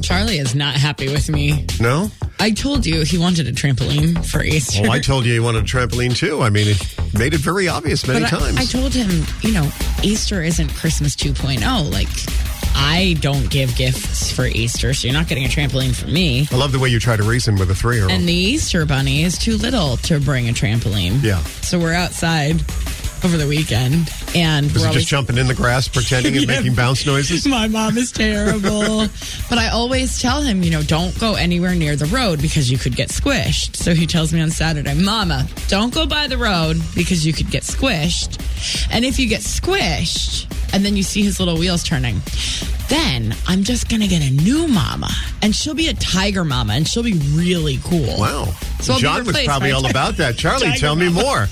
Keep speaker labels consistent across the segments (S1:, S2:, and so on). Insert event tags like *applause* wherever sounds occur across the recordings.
S1: Charlie is not happy with me.
S2: No?
S1: I told you he wanted a trampoline for Easter.
S2: Well, I told you he wanted a trampoline too. I mean, it made it very obvious many
S1: but I-
S2: times.
S1: I, told him, you know, Easter isn't Christmas 2.0. Like, I don't give gifts for Easter, so you're not getting a trampoline from me.
S2: I love the way you try to reason with a three year
S1: And
S2: old.
S1: the Easter bunny is too little to bring a trampoline.
S2: Yeah.
S1: So we're outside over the weekend and
S2: Was
S1: we're
S2: he
S1: always
S2: just jumping in
S1: *laughs*
S2: the grass, pretending and
S1: Yeah.
S2: making
S1: *laughs*
S2: bounce noises?
S1: My mom is
S2: *laughs*
S1: terrible. but I always tell him, you know, don't go anywhere near the road because you could get squished. So he tells me on Saturday, Mama, don't go by the road because you could get squished. And if you get squished, and then you see his little wheels turning. Then I'm just gonna get a new mama, and she'll be a tiger mama, and she'll be really cool.
S2: Wow.
S1: So I'll be
S2: John was
S1: replaced
S2: probably
S1: by-
S2: all
S1: *laughs*
S2: about that. Charlie,
S1: Tiger
S2: tell me
S1: Mama.
S2: more.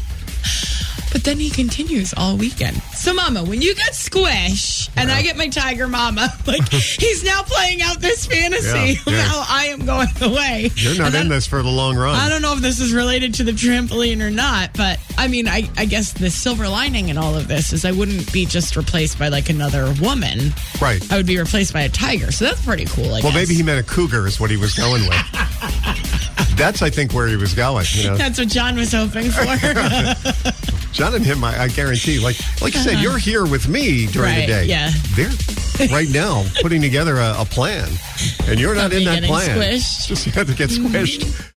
S1: But then he continues all weekend. So, Mama, when you get squish and I get my tiger mama, *laughs* like he's now playing out this fantasy
S2: Yeah, yeah.
S1: *laughs* of how I am going away.
S2: You're not
S1: And I-
S2: in this for the long run.
S1: I don't know if this is related to the trampoline or not, but I mean, I, I guess the silver lining in all of this is I wouldn't be just replaced by like another woman.
S2: Right.
S1: I would be replaced by a tiger. So that's pretty cool. I
S2: Well,
S1: guess.
S2: maybe he meant a cougar is what he was going
S1: *laughs*
S2: with. That's, I think, where he was going. You know,
S1: That's what John was hoping
S2: *laughs*
S1: for.
S2: John and him, I, I guarantee. Like, like you said, you're here with me during the
S1: Uh-huh. Right,
S2: day.
S1: yeah.
S2: They're right
S1: *laughs*
S2: now putting together a, a plan, and you're not
S1: Of me
S2: in that
S1: getting
S2: plan. *laughs*
S1: squished.
S2: Just you had to get squished.